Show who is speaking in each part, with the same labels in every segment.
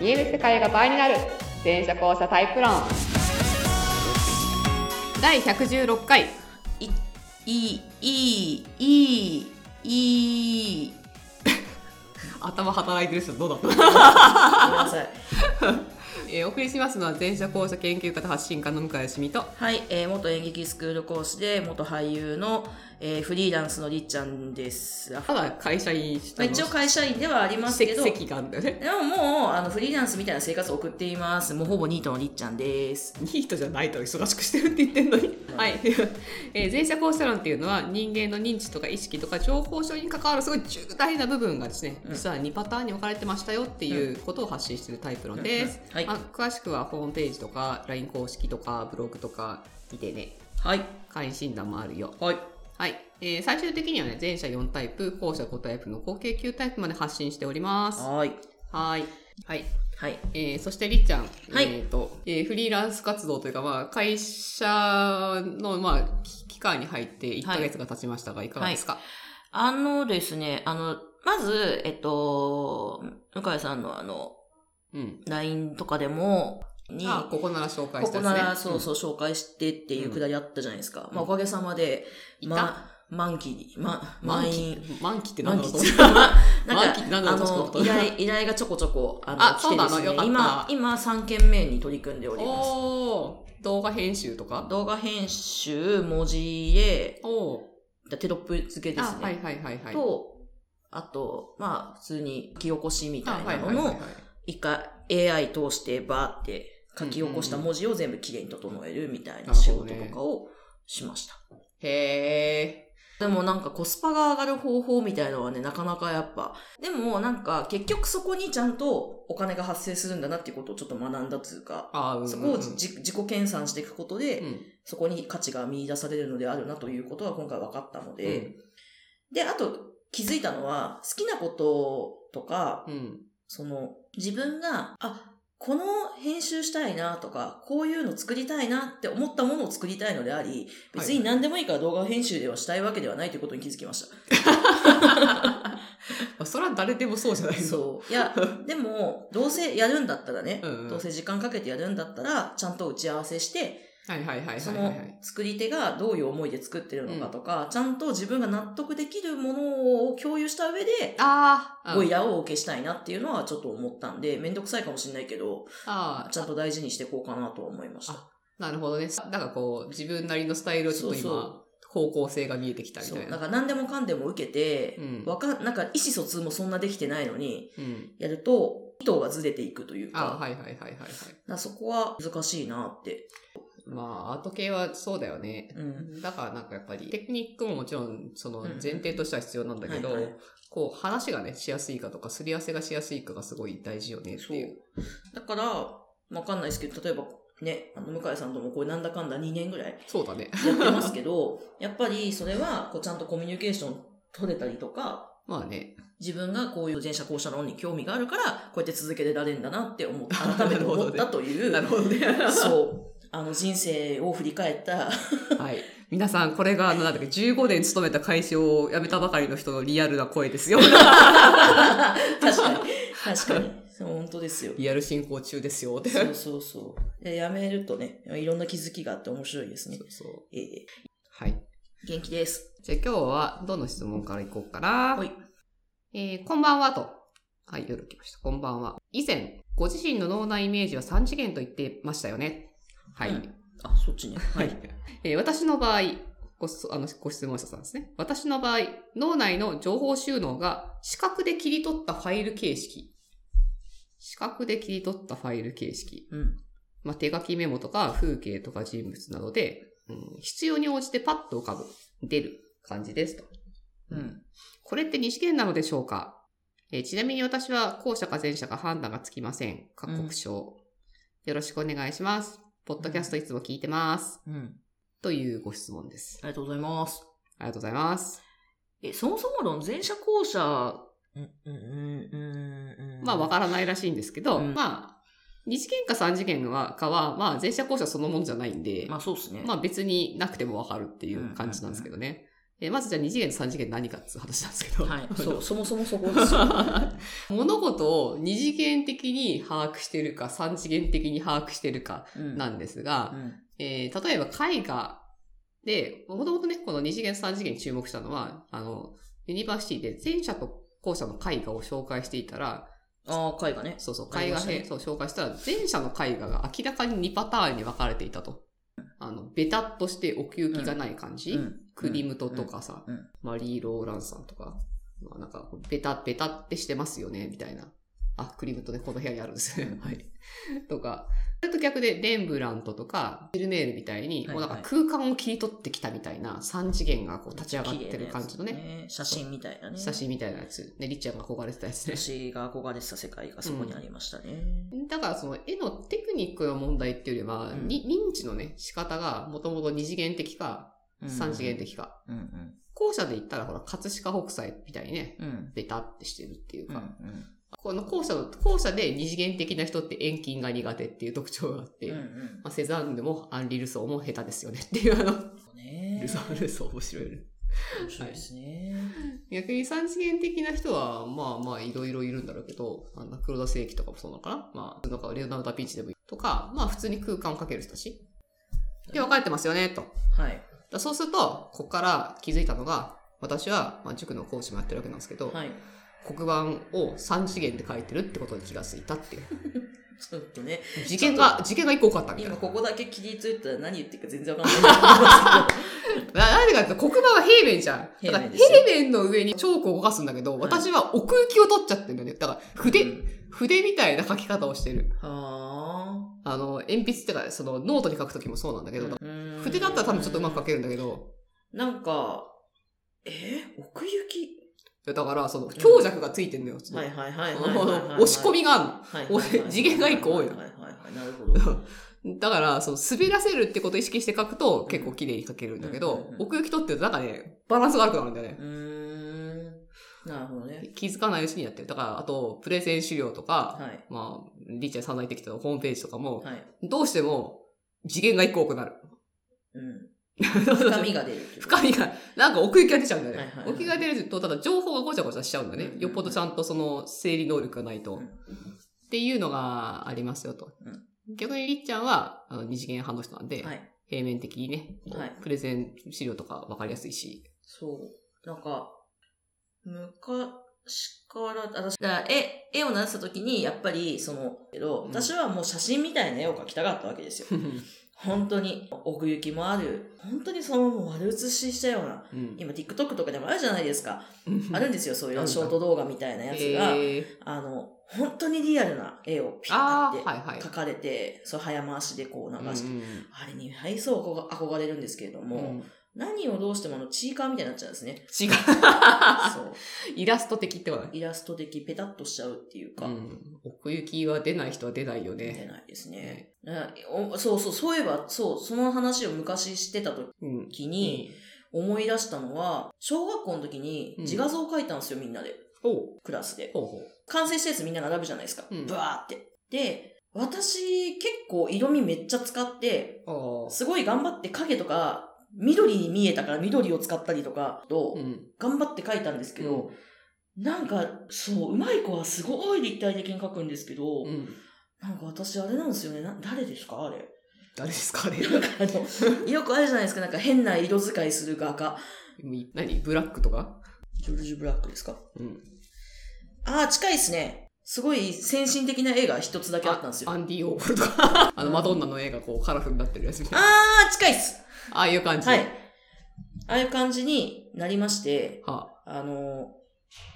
Speaker 1: 見える世界が倍になる全車交差タイプ論第116回
Speaker 2: いいいいいいい頭働いてる人どうだった
Speaker 3: ごめんなさい。
Speaker 1: えーお送りしますのは全社交差研究家と発信家の向井しみと
Speaker 3: はい、えー元演劇スクール講師で、元俳優の、えーフリーランスのりっちゃんです。あ
Speaker 1: ただ会社員し
Speaker 3: まあ、一応会社員ではありますけど、で
Speaker 1: 席があんだよね
Speaker 3: ももう、あの、フリーランスみたいな生活を送っています。もうほぼニートのりっちゃんです。
Speaker 1: いい人じゃないと忙しくしてるって言ってんのに。はい。えー、前者交差論っていうのは人間の認知とか意識とか情報処理に関わるすごい重大な部分がですね、
Speaker 3: うん
Speaker 1: 実は2パターンに分かれてましたよっていうことを発信してるタイプ論です。
Speaker 3: うんはい
Speaker 1: まあ詳しくはホームページとか LINE 公式とかブログとか見てね、
Speaker 3: はい。
Speaker 1: 会員診断もあるよ。
Speaker 3: はい。
Speaker 1: はい。えー最終的にはね、前者4タイプ、後者5タイプの合計9タイプまで発信しております。
Speaker 3: はい。
Speaker 1: はい。はい。
Speaker 3: はい。
Speaker 1: えーそしてりっちゃん、
Speaker 3: はい
Speaker 1: えーとえーフリーランス活動というか、まあ、会社の、まあ、き期間に入って1ヶ月が経ちましたが、い、かがですか、
Speaker 3: あのですね、あの、まず、えっと、向井さんのあの、
Speaker 1: うん。
Speaker 3: LINE とかでも、に、
Speaker 1: あ、ここなら紹介
Speaker 3: こ
Speaker 1: した
Speaker 3: こ
Speaker 1: やつね。
Speaker 3: なら、そう
Speaker 1: う
Speaker 3: そう、紹介してっていうくだりあったじゃないですか。
Speaker 1: ん
Speaker 3: まあ、おかげさまで、
Speaker 1: いた
Speaker 3: ま、満期に、
Speaker 1: ん。
Speaker 3: ま、
Speaker 1: 満
Speaker 3: 満
Speaker 1: 期
Speaker 3: 員、
Speaker 1: 満期って何
Speaker 3: 満
Speaker 1: だろうと思ってて
Speaker 3: 期っいうかまあ なん
Speaker 1: 満期って何だ
Speaker 3: か、
Speaker 1: ろ
Speaker 3: あ
Speaker 1: うと思っ
Speaker 3: の、
Speaker 1: た
Speaker 3: 依頼、依頼がちょこちょこ、あ
Speaker 1: あ
Speaker 3: の、来てです
Speaker 1: そうなのよか
Speaker 3: ね
Speaker 1: った、
Speaker 3: 今、今3件目に取り組んでおります。
Speaker 1: おー動画編集とか
Speaker 3: 動画編集、文字入れ、
Speaker 1: おー
Speaker 3: テロップ付けで
Speaker 1: あ
Speaker 3: す、
Speaker 1: は
Speaker 3: ね
Speaker 1: い。はいはいはい。
Speaker 3: と、あと、まあ、普通に書き起こしみ
Speaker 1: あ
Speaker 3: たい
Speaker 1: は
Speaker 3: な
Speaker 1: はい
Speaker 3: いの
Speaker 1: はいはい
Speaker 3: の、一回 AI 通してバーって書き起こした文字を全部きれいに整えるみたいな仕事とかをしました。
Speaker 1: へ
Speaker 3: でもなんかコスパが上がる方法みたいのはね、なかなかやっぱ。でもなんか結局そこにちゃんとお金が発生するんだなっていうことをちょっと学んだというか
Speaker 1: ー。、あー、うんうん
Speaker 3: そこをじ自己研鑽していくことで、
Speaker 1: うん
Speaker 3: そこに価値が見出されるのであるなということが今回分かったので、で、あと気づいたのは、好きなこととか、
Speaker 1: うん。
Speaker 3: その、自分が、あ、この編集したいなとか、こういうの作りたいなって思ったものを作りたいのであり、別に何でもいいから動画編集ではしたいわけではないということに気づきました。
Speaker 1: あそれは誰でもそうじゃないの
Speaker 3: そう。いや、でも、どうせやるんだったらね、
Speaker 1: うんうん
Speaker 3: どうせ時間かけてやるんだったら、ちゃんと打ち合わせして、
Speaker 1: はいはいはいはい
Speaker 3: そ
Speaker 1: はいは
Speaker 3: の
Speaker 1: い。
Speaker 3: 作り手がどういう思いで作ってるのかとか、ちゃんと自分が納得できるものを共有した上で、
Speaker 1: あー
Speaker 3: ご依頼をお受けしたいなっていうのはちょっと思ったんで、めんどくさいかもしれないけど、
Speaker 1: あー
Speaker 3: ちゃんと大事にしていこうかなとは思いました。
Speaker 1: なるほどね。なんかこう、自分なりのスタイルをちょっと今、
Speaker 3: そうそ
Speaker 1: 方向性が見えてきたみ
Speaker 3: そ
Speaker 1: た
Speaker 3: う。
Speaker 1: い
Speaker 3: なん
Speaker 1: な。
Speaker 3: か何でもかんでも受けて
Speaker 1: う、ん。
Speaker 3: わかん、なんか意思疎通もそんなできてないのに、
Speaker 1: うん。
Speaker 3: やると、意図がずれていくというか、
Speaker 1: あ、はいはいはいはいはい。
Speaker 3: なんかそこは難しいなって。
Speaker 1: まあ、アート系はそうだよね。
Speaker 3: うん。
Speaker 1: だからなんかやっぱり、テクニックももちろん、その
Speaker 3: うん
Speaker 1: 前提としては必要なんだけど、
Speaker 3: はいはい
Speaker 1: こう、話がね、しやすいかとか、すり合わせがしやすいかがすごい大事よねって
Speaker 3: そう
Speaker 1: いう。。
Speaker 3: だから、わかんないですけど、例えば、ね、あの、向井さんともこれなんだかんだ2年ぐらい
Speaker 1: そうだね。
Speaker 3: やってますけど、やっぱりそれは、こうちゃんとコミュニケーション取れたりとか、
Speaker 1: まあね。
Speaker 3: 自分がこういう前者後者論に興味があるから、こうやって続けてられるんだなって思った、改めて思ったと いう、
Speaker 1: なるほどね。は
Speaker 3: そう、あの人生を振り返った、
Speaker 1: い。皆さん、これが、あのなんだっけ、15年勤めた会社を辞めたばかりの人のリアルな声です よ。
Speaker 3: 確かに、確かに、そう本当ですよ。
Speaker 1: リアル進行中ですよ。って
Speaker 3: そうそうそう。でやめるとね、いろんな気づきがあって面白いですね
Speaker 1: そ。うそう。
Speaker 3: ええ
Speaker 1: はい。
Speaker 3: 元気です。
Speaker 1: じゃあ今日はどの質問からいこうかな。
Speaker 3: はい。
Speaker 1: えーこんばんはと。はい、夜来ました。こんばんは。以前、ご自身の脳内イメージは3次元と言ってましたよね。はい。
Speaker 3: うんあ、そっちね。はい。
Speaker 1: えー私の場合、ごすあのご質問者さんですね。私の場合、脳内の情報収納が視覚で切り取ったファイル形式。視覚で切り取ったファイル形式。
Speaker 3: うん。
Speaker 1: まあ、手書きメモとか風景とか人物などで、うん、必要に応じてパッと浮かぶ、出る感じですと。
Speaker 3: うん。
Speaker 1: これって二次元なのでしょうか、えーちなみに私は後者か前者か判断がつきません。各国証、よろしくお願いします。ポッドキャストいつも聞いてます。
Speaker 3: うん。
Speaker 1: というご質問です。
Speaker 3: ありがとうございます。
Speaker 1: ありがとうございます。
Speaker 3: え、そもそも論、前者後者、うん、うん、うん、うん。
Speaker 1: まあ、わ
Speaker 3: か
Speaker 1: からないらしいんですけど、
Speaker 3: うん
Speaker 1: まあ、二次元か三次元は、かは、まあ、前者後者そのもんじゃないんで、
Speaker 3: まあ、そうですね。
Speaker 1: まあ別になくてもわかるっていう感じなんですけどね。えーまずじゃあ2次元と3次元何かっていう話なんですけど。。
Speaker 3: はい そう、そもそも そこですよ。
Speaker 1: 物事を二次元的に把握してるか三次元的に把握してるか
Speaker 3: うん
Speaker 1: なんですが、
Speaker 3: うん
Speaker 1: えー例えば絵画で、もともとね、この二次元三次元に注目したのは、あの、ユニバーシティで前者と後者の絵画を紹介していたら、
Speaker 3: ああ、絵画ね。
Speaker 1: そうそう、
Speaker 3: あり
Speaker 1: 絵
Speaker 3: ま
Speaker 1: 画
Speaker 3: したね
Speaker 1: 編、そう紹介したら、前者の絵画が明らかに2パターンに分かれていたと。あの、ベタっとして奥行きがない感じ、
Speaker 3: うん
Speaker 1: クリムトと。かさ、
Speaker 3: うんうん
Speaker 1: マリー・ローランさんとか、まあ、なんか、ベタ、ベタってしてますよね、みたいな。あ、クリムトね、この部屋にあるんですね。
Speaker 3: うん
Speaker 1: はい。とか、それと逆で、レンブラントとか、ジルメールみたいに、
Speaker 3: はい
Speaker 1: もうなんか空間を切り取ってきたみたいな、三次元がこう立ち上がってる感じの
Speaker 3: 綺麗
Speaker 1: ね、
Speaker 3: なやつね。写真みたいなね。
Speaker 1: 写真みたいなやつ。ね、りっちゃんが憧れてたやつね。
Speaker 3: 私が憧れてた世界がそこにありましたね。
Speaker 1: だからその絵のテクニックの問題っていうよりは、
Speaker 3: うん
Speaker 1: に認知のね、仕方がもともと二次元的か、
Speaker 3: うん
Speaker 1: 三次元。的か。
Speaker 3: うんうん。
Speaker 1: 後者で言ったらほら、葛飾北斎みたいにね、
Speaker 3: うん。
Speaker 1: ベタってしてるっていう
Speaker 3: う
Speaker 1: か、
Speaker 3: ん
Speaker 1: この後者の、後者で二次元的な人って遠近が苦手っていう特徴があって、
Speaker 3: うんう
Speaker 1: ま
Speaker 3: ん。
Speaker 1: あ、セザンヌもアンリ・ルソーも下手ですよねっていうあの、
Speaker 3: ね
Speaker 1: ルソー、ルソー面白いよね。
Speaker 3: 面白いですね。
Speaker 1: 逆に三次元的な人は、まあまあいろいろいるんだろうけど、あの黒田正樹とかもそうなのかなまあ、なんかレオナルド・ダ・ピンチでもいい。とか、まあ普通に空間をかける人たち。で、分かれてますよね、と。だか
Speaker 3: はい。
Speaker 1: らそうすると、ここから気づいたのが、私は、まあ、塾の講師もやってるわけなんですけど、
Speaker 3: はい。
Speaker 1: 黒板を三次元で書いてるってことに気がついた っていう。
Speaker 3: ちょっとね、
Speaker 1: 事件が、事件が一個多かったみたい
Speaker 3: 今
Speaker 1: な。
Speaker 3: ここだけ切りついたら何言ってるか全然わかんない。
Speaker 1: ななんでかっていうと黒板は平面じゃん。だ
Speaker 3: 平
Speaker 1: から
Speaker 3: 面ですよ
Speaker 1: 平面の上にチョークを動かすんだけど、私は奥行きを取っちゃってるんだよね。だから 筆、
Speaker 3: うん
Speaker 1: 筆みたいな書き方をしてる。
Speaker 3: は
Speaker 1: あの、鉛筆ってか、そのノートに書くときもそうなんだけど、
Speaker 3: あ。
Speaker 1: 筆だったら多分ちょっとうまく書
Speaker 3: く。
Speaker 1: けるんだけど、
Speaker 3: なんか、えー奥行き
Speaker 1: だからその強弱がついてんのよ。その
Speaker 3: はいはいはい
Speaker 1: あ
Speaker 3: はいはいはいは
Speaker 1: の
Speaker 3: い。
Speaker 1: 押し込みがあるの。
Speaker 3: はい
Speaker 1: お次元が一個多い
Speaker 3: は
Speaker 1: の
Speaker 3: いはいはい。なるほど。
Speaker 1: だから、その 滑らせるってことを意識して書くと結構綺麗に書けるんだけ
Speaker 3: うんうん
Speaker 1: ど
Speaker 3: うんう、ん
Speaker 1: 奥行き取ってるとなんかね、バランスが悪くなるんだよね
Speaker 3: う。ーん。なるほどね。
Speaker 1: 気づかないうちにやってる。だから、あと、プレゼン資料とか、
Speaker 3: はい。
Speaker 1: まあ、リーチャーさんが言ってきたホームページとかも、
Speaker 3: はい。
Speaker 1: どうしても次元が一個多くなる。
Speaker 3: うん。深
Speaker 1: 深
Speaker 3: み。が出るっていう。
Speaker 1: 深みが、なんか奥行きが出ちゃうんだよね。
Speaker 3: はいはいはい
Speaker 1: 奥行きが出ると、ただ情報がごちゃごちゃしちゃうんだね。
Speaker 3: うんうんうん
Speaker 1: よっぽどちゃんとその整理能力がないと。
Speaker 3: うん
Speaker 1: っていうのがありますよと。逆にりっちゃんは、あの、二次元派の人なんで、
Speaker 3: はい。
Speaker 1: 平面的にね、こう
Speaker 3: はい
Speaker 1: プレゼン資料とかわかりやすい し。
Speaker 3: そう。なんか、昔から、私が絵、絵を習ってた時に、やっぱり、その、けど、
Speaker 1: うん
Speaker 3: 私はもう写真みたいな絵を描きたかったわけですよ。 本当に、奥行きもある。本当にその、もう丸写ししたような。
Speaker 1: うん
Speaker 3: 今、TikTok とかでもあるじゃないですか。あるんですよ、そうい
Speaker 1: ある
Speaker 3: うん
Speaker 1: だ
Speaker 3: ショート動画みたいなやつが。
Speaker 1: えー
Speaker 3: あの、本当にリアルな絵をピッ
Speaker 1: あ
Speaker 3: て
Speaker 1: あ、はいはい
Speaker 3: 書。かれて、そう早回しでこう流して、
Speaker 1: うん
Speaker 3: あれに配送憧憧れるんですけれど
Speaker 1: うん
Speaker 3: も、
Speaker 1: うん
Speaker 3: 何をどうしてもあのチーカーみたいになっちゃうんですね。
Speaker 1: 違う。
Speaker 3: そう
Speaker 1: イラスト的ってことだね
Speaker 3: イラスト的ペタッとしちゃうっていうか、
Speaker 1: うん奥行きは出ない人は出ないよ
Speaker 3: 出
Speaker 1: ね。
Speaker 3: ないですね。なおそうそう、そういえば、そう、その話を昔してた
Speaker 1: うん。
Speaker 3: 時に思い出したのは、小学校の時に自画像を描いたんですよ、みんなで。
Speaker 1: ほう
Speaker 3: クラスで。
Speaker 1: ほうほう。
Speaker 3: 完成したやつみんな並ぶじゃないですか。
Speaker 1: うん
Speaker 3: ブワーって。で、私結構色味めっちゃ使って、
Speaker 1: あ
Speaker 3: すごい頑張って影とか、緑に見えたから緑を使ったりとか、と
Speaker 1: あ。うん。
Speaker 3: 頑張って描いたんですけど、なんか、そう、うまい子はすごい立体的に描くんですけど、
Speaker 1: うん。
Speaker 3: なんか私あれなんですよね。な誰ですかあれ。
Speaker 1: 誰ですかあれ。
Speaker 3: なんかあの、よくあるじゃないですか。なんか変な色使いする画家。
Speaker 1: み何ブラックとか
Speaker 3: ジョルジュ・ブラックですか
Speaker 1: うん。
Speaker 3: ああ、近いですね。すごい先進的な絵が一つだけあったんですよ。
Speaker 1: ア
Speaker 3: あ
Speaker 1: ンディ・オーホルとか。 あの、マドンナの絵がこうカラフルになってるやつみたいな。
Speaker 3: あー、近いっす
Speaker 1: ああいう感じ。
Speaker 3: はい。。ああいう感じになりまして、
Speaker 1: はあ
Speaker 3: あの、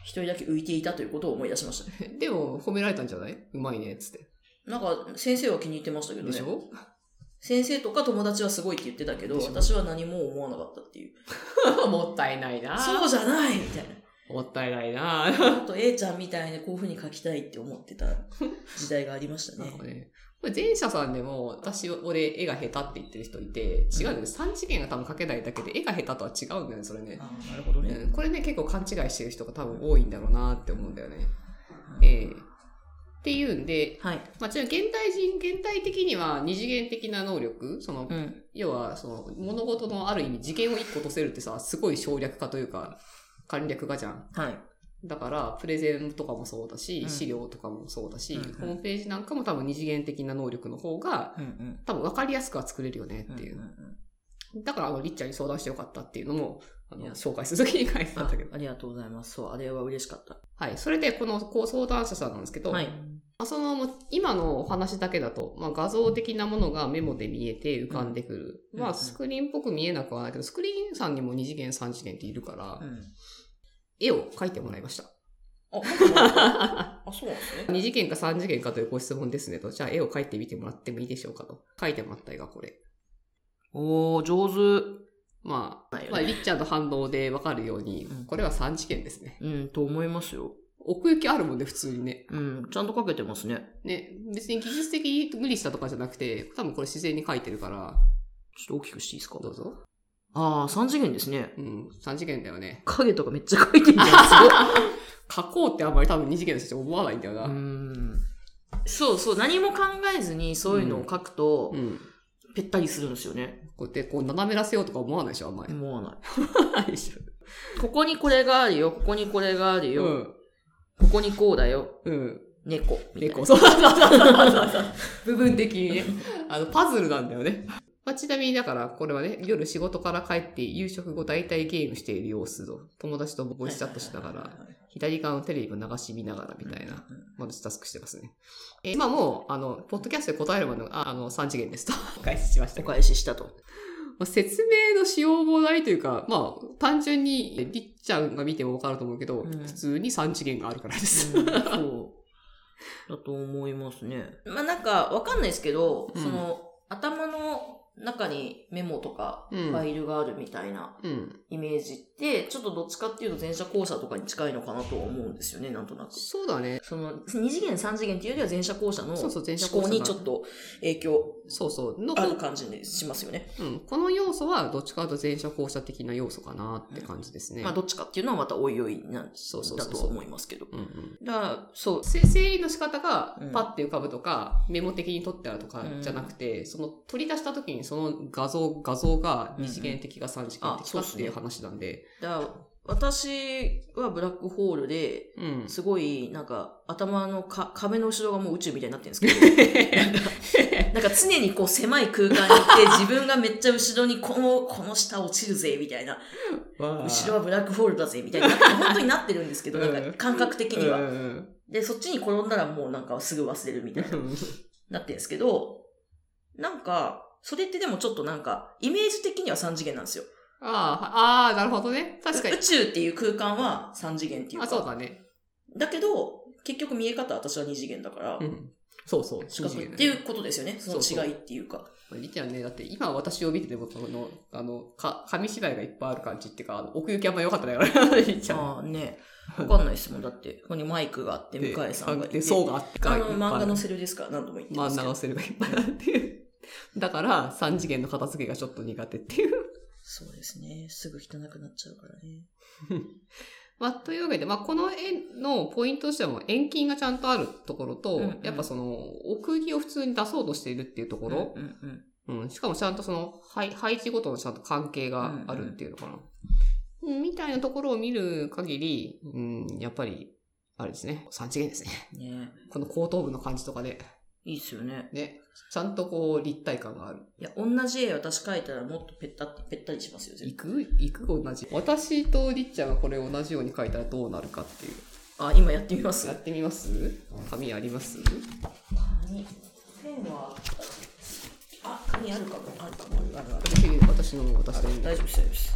Speaker 3: 一人だけ浮いていたということを思い出しました。
Speaker 1: でも、褒められたんじゃないうまいね、つって。
Speaker 3: なんか、先生は気に入ってましたけど
Speaker 1: でし
Speaker 3: ね。
Speaker 1: ょ
Speaker 3: 先生とか友達はすごいって言ってたけど、
Speaker 1: でしょ
Speaker 3: 私は何も思わなかったっていう。
Speaker 1: もったいないな。
Speaker 3: そうじゃないみたい
Speaker 1: もったいないな。
Speaker 3: な。もっと A ちゃんみたいにこういう風に書きたいって思ってた時代がありました
Speaker 1: なん
Speaker 3: ね
Speaker 1: か。ね、これ前者さんでも、私、俺、絵が下手って言ってる人いて、違うんだよね。三次元が多分描けないだけで、絵が下手とは違うんだよね、それね。
Speaker 3: ああ、なるほど
Speaker 1: うん、これね、結構勘違いしてる人が多分多いんだろうなって思うんだよね。
Speaker 3: うん
Speaker 1: ええっていうんで、
Speaker 3: はい。
Speaker 1: まあ、ちなみに現代人、現代的には二次元的な能力、その、
Speaker 3: うん。
Speaker 1: 要は、その、物事のある意味、次元を一個とせるってさ、すごい省略化というか、簡略化じゃん。
Speaker 3: はい。
Speaker 1: だから、プレゼンとかもそうだし
Speaker 3: う、ん
Speaker 1: 資料とかもそうだし、
Speaker 3: うんうん
Speaker 1: ホームページなんかも多分二次元的な能力の方が、
Speaker 3: うんうん。
Speaker 1: 多分分かりやすくは作れるよねっていう。
Speaker 3: んんん
Speaker 1: だから、あの、りっちゃんに相談してよかったっていうのも、あ
Speaker 3: い
Speaker 1: の、
Speaker 3: や
Speaker 1: 紹介するときに書いてたん
Speaker 3: あ
Speaker 1: だけど。
Speaker 3: ありがとうございます。そう、あれは嬉しかった。
Speaker 1: はい。それで、この、こう、相談者さんなんですけど、
Speaker 3: はい。
Speaker 1: まあその、もう今のお話だけだと、まあ、画像的なものがメモで見えて浮かんでくる。
Speaker 3: うん
Speaker 1: ま
Speaker 3: う
Speaker 1: あ、
Speaker 3: ん
Speaker 1: スクリーンっぽく見えなくはないけど、スクリーンさんにも2次元、3次元っているから、
Speaker 3: うん。
Speaker 1: 絵を描いてもらいました。
Speaker 3: あ、なんかなんかあ、そうなん ですね。
Speaker 1: 2次元か3次元かというご質問ですねと、じゃあ絵を描いてみてもらってもいいでしょうかと。描いてもらった絵がこれ。
Speaker 2: おー、上手。
Speaker 1: まあ、
Speaker 3: ないよね
Speaker 1: まあ、りっちゃんの反応でわかるように
Speaker 3: うん、
Speaker 1: これは3次元ですね。
Speaker 3: うん、と思いますよ。
Speaker 1: 奥行きあるもんね、普通にね。
Speaker 3: うん、ちゃんとかけてますね。
Speaker 1: ね、別に技術的に無理したとかじゃなくて、多分これ自然に描いてるから、
Speaker 3: ちょっと大きくしていいですか
Speaker 1: どうぞ。
Speaker 3: ああ、三次元ですね。
Speaker 1: うん、3次元だよね。
Speaker 3: 影とかめっちゃ描いてるじゃん。すごい。
Speaker 1: 書こうってあんまり多分二次元の人たち思わないんだよな。
Speaker 3: うーんそうそう、何も考えずにそういうのを書くと
Speaker 1: う、ん。
Speaker 3: ぺったりするんですよね。
Speaker 1: こうやってこう斜めらせようとか思わないでしょ、あんまり。
Speaker 3: 思わない。
Speaker 1: ないでし
Speaker 3: ここにこれがあるよ、ここにこれがある
Speaker 1: ょ。
Speaker 3: よ、
Speaker 1: うん。
Speaker 3: ここにこうだよ、
Speaker 1: うん。
Speaker 3: 猫。みたいな
Speaker 1: 猫、そうそうそうそうそう そう。部分的にね。あの、パズルなんだよね。まあ、ちなみにだから、これはね、夜仕事から帰って夕食後大体ゲームしている様子と、友達とボイスチャットしながら、左側のテレビを流し見ながらみたいな、マルチタスクしてますね。えー、今もう、あの、ポッドキャストで答えるまでの、ああの、3次元ですと、お返ししましたけ
Speaker 3: お
Speaker 1: ど
Speaker 3: 返ししたと。
Speaker 1: まあ、説明のしようもないというか、まあ、単純に、りっちゃんが見てもわかると思うけど、
Speaker 3: うん
Speaker 1: 普通に3次元があるからで
Speaker 3: うん
Speaker 1: す。
Speaker 3: そう。だと思いますね。まあなんか、わかんないですけど、
Speaker 1: うん
Speaker 3: その、頭の中にメモとか、
Speaker 1: うん
Speaker 3: ファイルがあるみたいな
Speaker 1: うん。
Speaker 3: イメージって、ちょっとどっちかっていうと前者後者とかに近いのかなとは思うんですよね、なんとなく。
Speaker 1: そうだね。
Speaker 3: その、二次元、三次元っていうよりは前者後者の
Speaker 1: そう
Speaker 3: 思
Speaker 1: そう前者後者
Speaker 3: 考にちょっと影響
Speaker 1: そうそう。の
Speaker 3: ある感じにしますよね。
Speaker 1: うん、この要素はどっちかというと前者後者的な要素かなって感じですね。
Speaker 3: まあ、どっちかっていうのはまたおいおいなん
Speaker 1: そうそう
Speaker 3: だ
Speaker 1: そう
Speaker 3: と
Speaker 1: そう
Speaker 3: は思いますけど。
Speaker 1: うんうん、
Speaker 3: だから、そう。
Speaker 1: せ整理の仕方が
Speaker 3: うん
Speaker 1: パッて浮かぶとか、メモ的に取ってあるとかじゃなくて、その取り出した時にその画像、画像が二次元的か三次元的か
Speaker 3: あそうっ
Speaker 1: っ
Speaker 3: す
Speaker 1: てい
Speaker 3: ね
Speaker 1: う話なんで。
Speaker 3: だから私はブラックホールで、
Speaker 1: うん。
Speaker 3: すごい、なんか、頭のか壁の後ろがもう宇宙みたいになってるんです けど、なんか常にこう狭い空間に行って、自分がめっちゃ後ろにこの、この下落ちるぜ、みたいな、後ろはブラックホールだぜ、みたいな、なんか本当になってるんですけ ど、なんか感覚的には。
Speaker 1: うん
Speaker 3: で、そっちに転んだらもうなんかすぐ忘れるみたいな、なってるんですけど、なんか、それってでもちょっとなんか、イメージ的には3次元なんですよ。
Speaker 1: あーあー、なるほどね。確かに
Speaker 3: 宇。宙っていう空間は3次元っていうか。
Speaker 1: あ、そうだね。
Speaker 3: だけど、結局見え方は私は2次元だから
Speaker 1: う、ん。そうそう。
Speaker 3: 視
Speaker 1: 二
Speaker 3: 覚
Speaker 1: 次元
Speaker 3: っ
Speaker 1: だ
Speaker 3: て
Speaker 1: ね
Speaker 3: いうことですよね。そ
Speaker 1: そうそう
Speaker 3: の違いっていうか。
Speaker 1: りちゃんね、だって今私を見てても、この、あの、か、紙芝居がいっぱいある感じっていうか、あの奥行きあんま良かったから、りちゃん。
Speaker 3: あ あね。わかんないですもん。だって、ここにマイクがあって、向井さんがいて。
Speaker 1: で、層があって
Speaker 3: あの漫画の
Speaker 1: いっ
Speaker 3: セルですから何度も言って
Speaker 1: ぱいあ
Speaker 3: ま
Speaker 1: る
Speaker 3: す
Speaker 1: 漫画
Speaker 3: けど。
Speaker 1: のセルがいっぱいあって。だから、三次元の片付けがちょっと苦手って いう。
Speaker 3: そうですね。すぐ汚くなっちゃうからね。
Speaker 1: まあ、というわけで、まあ、この絵のポイントとしてはもう遠近がちゃんとあるところと、
Speaker 3: うんうん
Speaker 1: やっぱその、奥行きを普通に出そうとしているっていうところ、
Speaker 3: うんうん
Speaker 1: うん。しかもちゃんとその、配配置ごとのちゃんと関係があるっていうのかな。うんみたいなところを見る限り、うん、やっぱり、あれですね。3次元ですね。
Speaker 3: うん。ね
Speaker 1: この後頭部の感じとかで、
Speaker 3: いいっすよね。
Speaker 1: ね。ちゃんとこう、立体感がある。
Speaker 3: いや、同じ絵私描いたらもっとぺった、ぺったりしますよ、
Speaker 1: 行
Speaker 3: 全部。
Speaker 1: く行く同じ。私とりっちゃんがこれ同じように書いたらどうなるかっていう。
Speaker 3: あ、今やってみます
Speaker 1: やってみます紙あります
Speaker 3: 何ペンは、あ、紙あるかも、あるかも、あるある。
Speaker 1: 私私の、私の、
Speaker 3: 大丈夫です、大丈夫です。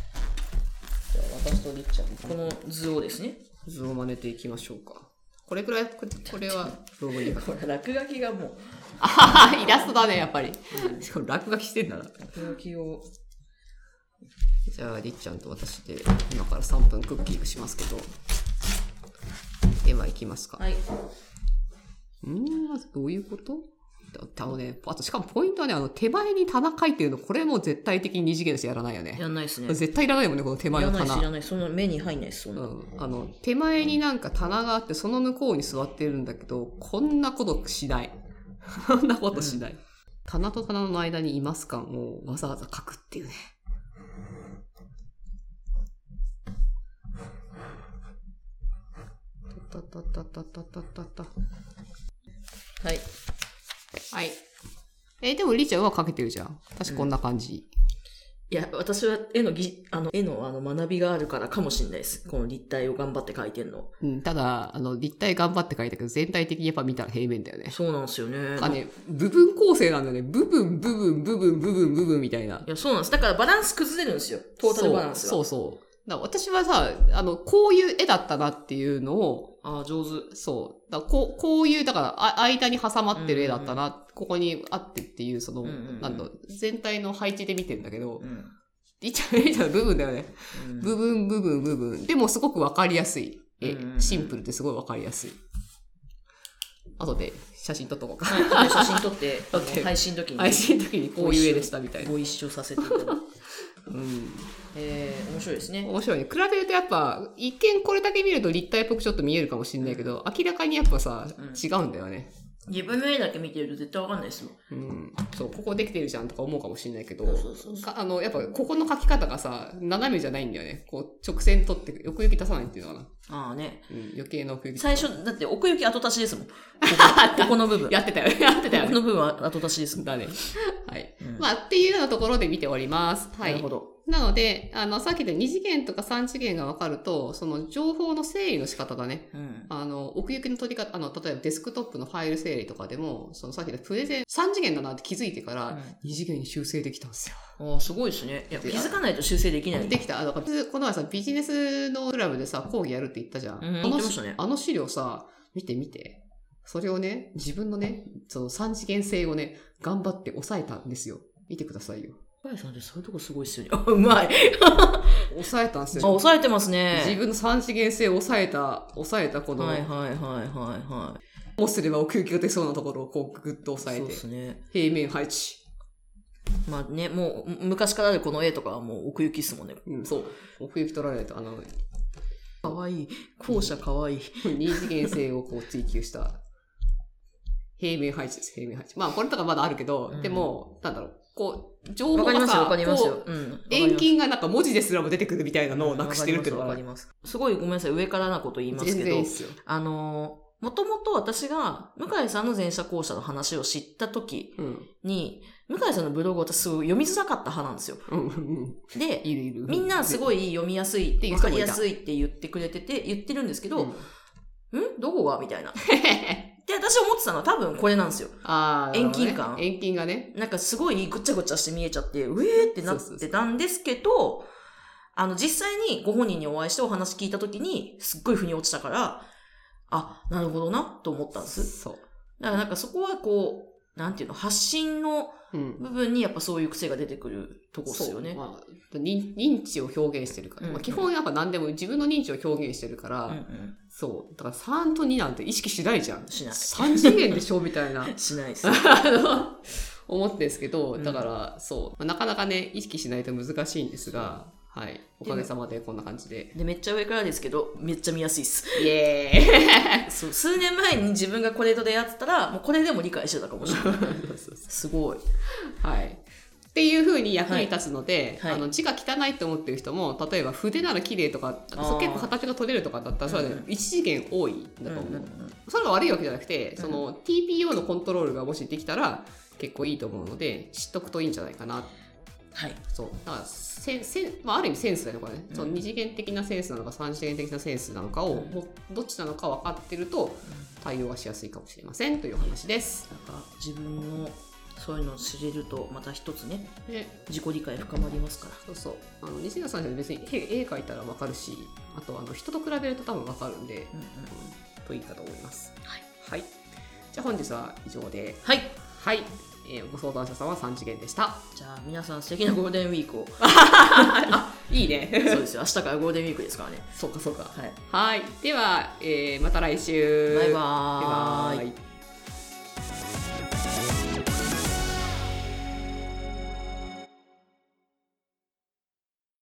Speaker 3: じゃあ、私とりっちゃん、この図をですね。
Speaker 1: 図を真似ていきましょうか。これくらい、これこれは、ロゴに書く
Speaker 3: これ、落書きがもう、
Speaker 1: あーイラストだね、やっぱり。しかも落書きしてんだな。
Speaker 3: 落書きを、
Speaker 1: じゃあ、りっちゃんと私で、今から3分クッキングしますけど。では、いきますか。
Speaker 3: はい。
Speaker 1: うん、まずどういうことあのね、あとしかもポイントはね、あの手前に棚書いてるの、これも絶対的に二次元だしやらないよね。
Speaker 3: やんないですね。
Speaker 1: 絶対いらないもんね、この手前
Speaker 3: や
Speaker 1: の
Speaker 3: んないし、や
Speaker 1: 棚。
Speaker 3: んないし、そんな目に入んないです、そん
Speaker 1: う
Speaker 3: な。
Speaker 1: ん、あの手前になんか棚があってその向こうに座ってるんだけどこんなことしない こんなことしない、棚と棚の間にいます感をわざわざ書くっていうねたたたたたたたた
Speaker 3: はい。
Speaker 1: はいえでもりーちゃんは書けてるじゃん私こんな感じ、
Speaker 3: いや、私は絵のぎ、あの、絵のあの学びがあるからかもしれないです。この立体を頑張って描いてんの。
Speaker 1: うんただあの立体頑張って書いたけど全体的にやっぱ見たら平面だよね
Speaker 3: そうなんですよね。
Speaker 1: あね、部分構成なんだよね。部分、部分、部分、部分、部分みたいな。
Speaker 3: いや、そうなんです。だからバランス崩れるんですよ。トータルバランスが。
Speaker 1: そうそうそう。だから私はさ、あの、こういう絵だったなっていうのを、
Speaker 3: ああ、上手。
Speaker 1: そう。だからこう、こういう、だから、あ間に挟まってる絵だったな、ここにあってっていう、その、
Speaker 3: うんうんうん
Speaker 1: なんだろう全体の配置で見てんだけど、
Speaker 3: うん。
Speaker 1: いっちゃう、いっちゃう部分だよね。
Speaker 3: うん
Speaker 1: 部分、部分、部分。でもすごくわかりやすい。絵
Speaker 3: うんうんうん
Speaker 1: シンプルですごいわかりやすい。後で写真撮っとこうか。
Speaker 3: はい、ちょっと写真撮って、 あ
Speaker 1: OK
Speaker 3: の配信の時に
Speaker 1: 配信の時にこういう絵でしたみたいな。
Speaker 3: ご一緒させていただいて。
Speaker 1: うん
Speaker 3: えー、面白いですね。
Speaker 1: 面白いね。比べるとやっぱ、一見これだけ見ると立体っぽくちょっと見えるかもしれないけど、明らかにやっぱさ、
Speaker 3: うん
Speaker 1: 違うんだよね。
Speaker 3: 自分の絵だけ見てると絶対わかんないですもん。
Speaker 1: うん。そう、ここできてるじゃんとか思うかもしれないけど、
Speaker 3: そうそうそう。
Speaker 1: かあの、やっぱここの書き方がさ、斜めじゃないんだよね。こう、直線取って、奥行き出さないっていうのかな。
Speaker 3: ああね。
Speaker 1: うん、余計な奥行き。
Speaker 3: 最初、だって奥行き後足し ですもん。ここここの部分。
Speaker 1: やってたよね。やってたよ
Speaker 3: こ
Speaker 1: ね。
Speaker 3: の部分は後足しですもん。
Speaker 1: だね。はい。
Speaker 3: うん
Speaker 1: まあ、っていうようなところで見ております。は
Speaker 3: ないるほ。ど。
Speaker 1: なので、あの、さっきで2次元とか3次元が分かると、その情報の整理の仕方がね、
Speaker 3: うん。
Speaker 1: あの、奥行きの取り方、あの、例えばデスクトップのファイル整理とかでも、そのさっき言ったプレゼン、3次元だなって気づいてから、2次元に修正できたんですよ。
Speaker 3: ああ、すごいですね。いや、気づかないと修正できない。
Speaker 1: できた。あの、この前さ、ビジネスのクラブでさ、講義やるって言ったじゃん。
Speaker 3: うん
Speaker 1: あ
Speaker 3: 言っ
Speaker 1: の
Speaker 3: てましたね
Speaker 1: あの資料さ、見て見て。それをね、自分のね、その3次元性をね、頑張って抑えたんですよ。見てくださいよ。
Speaker 3: 深谷さんってそういうとこすごいっすよね。 あうまい。
Speaker 1: 抑えたんです
Speaker 3: あ、
Speaker 1: よ。
Speaker 3: 抑えてますね。
Speaker 1: 自分の3次元性を抑えた、抑えたこの、
Speaker 3: はいはいはいはいは
Speaker 1: こうすれば奥行きが出そうなところをこうグッと
Speaker 3: い。
Speaker 1: 抑え
Speaker 3: そう
Speaker 1: て
Speaker 3: で、すね。
Speaker 1: 平面配置。
Speaker 3: まあね、もう、む昔からあるこの絵とかはもう奥行きっすもんね。
Speaker 1: うん、そう。奥行き取られないと、あの、
Speaker 3: かわいい。校舎かわいい。
Speaker 1: 二次元性をこう追求した、平面配置です、平面配置。まあ、これとかまだあるけど、
Speaker 3: うん
Speaker 1: でも、なんだろう、こう、情
Speaker 3: わ
Speaker 1: 報
Speaker 3: かり
Speaker 1: が
Speaker 3: ますよ、
Speaker 1: さ、
Speaker 3: わかりますよ
Speaker 1: こ。う
Speaker 3: うん。わかり
Speaker 1: 遠
Speaker 3: ます
Speaker 1: 近がなんか文字ですらも出てくるみたいなのをなくしてるっていうの
Speaker 3: わか
Speaker 1: が
Speaker 3: り、ます。すごいごめんなさい、上からなこと言います
Speaker 1: 全
Speaker 3: け
Speaker 1: 然いい
Speaker 3: ど
Speaker 1: っ、すよ。
Speaker 3: あのー、もともと私が、向井さんの前者校舎の話を知った時
Speaker 1: うん。
Speaker 3: に、向井さんのブログ私すごい読みづらかった派なんですよ。
Speaker 1: うん、うん、
Speaker 3: で、
Speaker 1: いるいる。
Speaker 3: みんなす
Speaker 1: い
Speaker 3: ごい読みやすい
Speaker 1: て、いう
Speaker 3: わ
Speaker 1: 人
Speaker 3: か
Speaker 1: もい
Speaker 3: り
Speaker 1: た
Speaker 3: やすいって言ってくれてて、言ってるんですけ
Speaker 1: けど、
Speaker 3: ど、
Speaker 1: うん
Speaker 3: んどこがみたいな。で、私思ってたのは多分これなんですよ。
Speaker 1: あーなるほどね
Speaker 3: 遠近感
Speaker 1: 遠近がね。
Speaker 3: なんかすごいぐっちゃぐちゃして見えちゃって、うえーってなってたんですけど、あの、実際にご本人にお会いしてお話聞いた時に、すっごい腑に落ちたから、あ、なるほどな、と思ったんです。
Speaker 1: そ
Speaker 3: だからなんかそこはこう、なんていうの、発信の
Speaker 1: う。うん。
Speaker 3: 部分にやっぱそういう癖が出てくるとこっすよね。
Speaker 1: まあ、認認知を表現してるから。
Speaker 3: うん
Speaker 1: まあ、基本やっぱ何でも自分の認知を表現してるから、
Speaker 3: うんうん
Speaker 1: そう。だから3と2なんて意識しないじゃん。
Speaker 3: しない。
Speaker 1: 3次元でしょみたいな
Speaker 3: しないです。
Speaker 1: あの思ってんですけど、
Speaker 3: うん
Speaker 1: だから、そう。まあなかなかね、意識しないと難しいんですが、はい。おかげさまでこんな感じで。
Speaker 3: で、めっちゃ上からですけど、めっちゃ見やすいっす。
Speaker 1: イエ
Speaker 3: そう数年前に自分がこれと出会ってたら、もうこれでも理解してたかもしれない。
Speaker 1: ーイ
Speaker 3: すごい。
Speaker 1: はい。っていう風に役に立つので、
Speaker 3: はいはい
Speaker 1: あの字が汚いと思ってる人も、例えば筆なら綺麗とか、
Speaker 3: ー
Speaker 1: そう結構形が取れるとかだったら、それはね
Speaker 3: うん
Speaker 1: 一次元多いんだと思う。それが悪いわけじゃなくて、その TPO のコントロールがもしできたら結構いいと思うので、知っとくといいんじゃないかな。
Speaker 3: はい。
Speaker 1: そう。だからセン、セン、まあ、ある意味センスだよね、これね。
Speaker 3: うん
Speaker 1: その二次元的なセンスなのか、三次元的なセンスなのかを、
Speaker 3: うん
Speaker 1: もうどっちなのか分かってると、対応がしやすいかもしれませんというお話です。
Speaker 3: なんか自分のそういうのを知れるとまた一つね
Speaker 1: で
Speaker 3: 自己理解深まりますから
Speaker 1: そうそう。あの、西野さんじゃ別に絵絵描いたら分かるし、あと、あの、人と比べると多分分かるんで、うん、といいかと思います。
Speaker 3: はい。
Speaker 1: はい。じゃあ本日は以上で、
Speaker 3: はい
Speaker 1: はい。えーご相談者さんは三次元でした。
Speaker 3: じゃあ皆さん素敵なゴールデンウィークを
Speaker 1: いい
Speaker 3: そう
Speaker 1: ね。
Speaker 3: ですよ明日からゴールデンウィークですからね
Speaker 1: そうかそうか。
Speaker 3: はい
Speaker 1: はい。では、えーまた来週。
Speaker 3: バイ
Speaker 1: バ
Speaker 3: バーイ
Speaker 1: イバーイ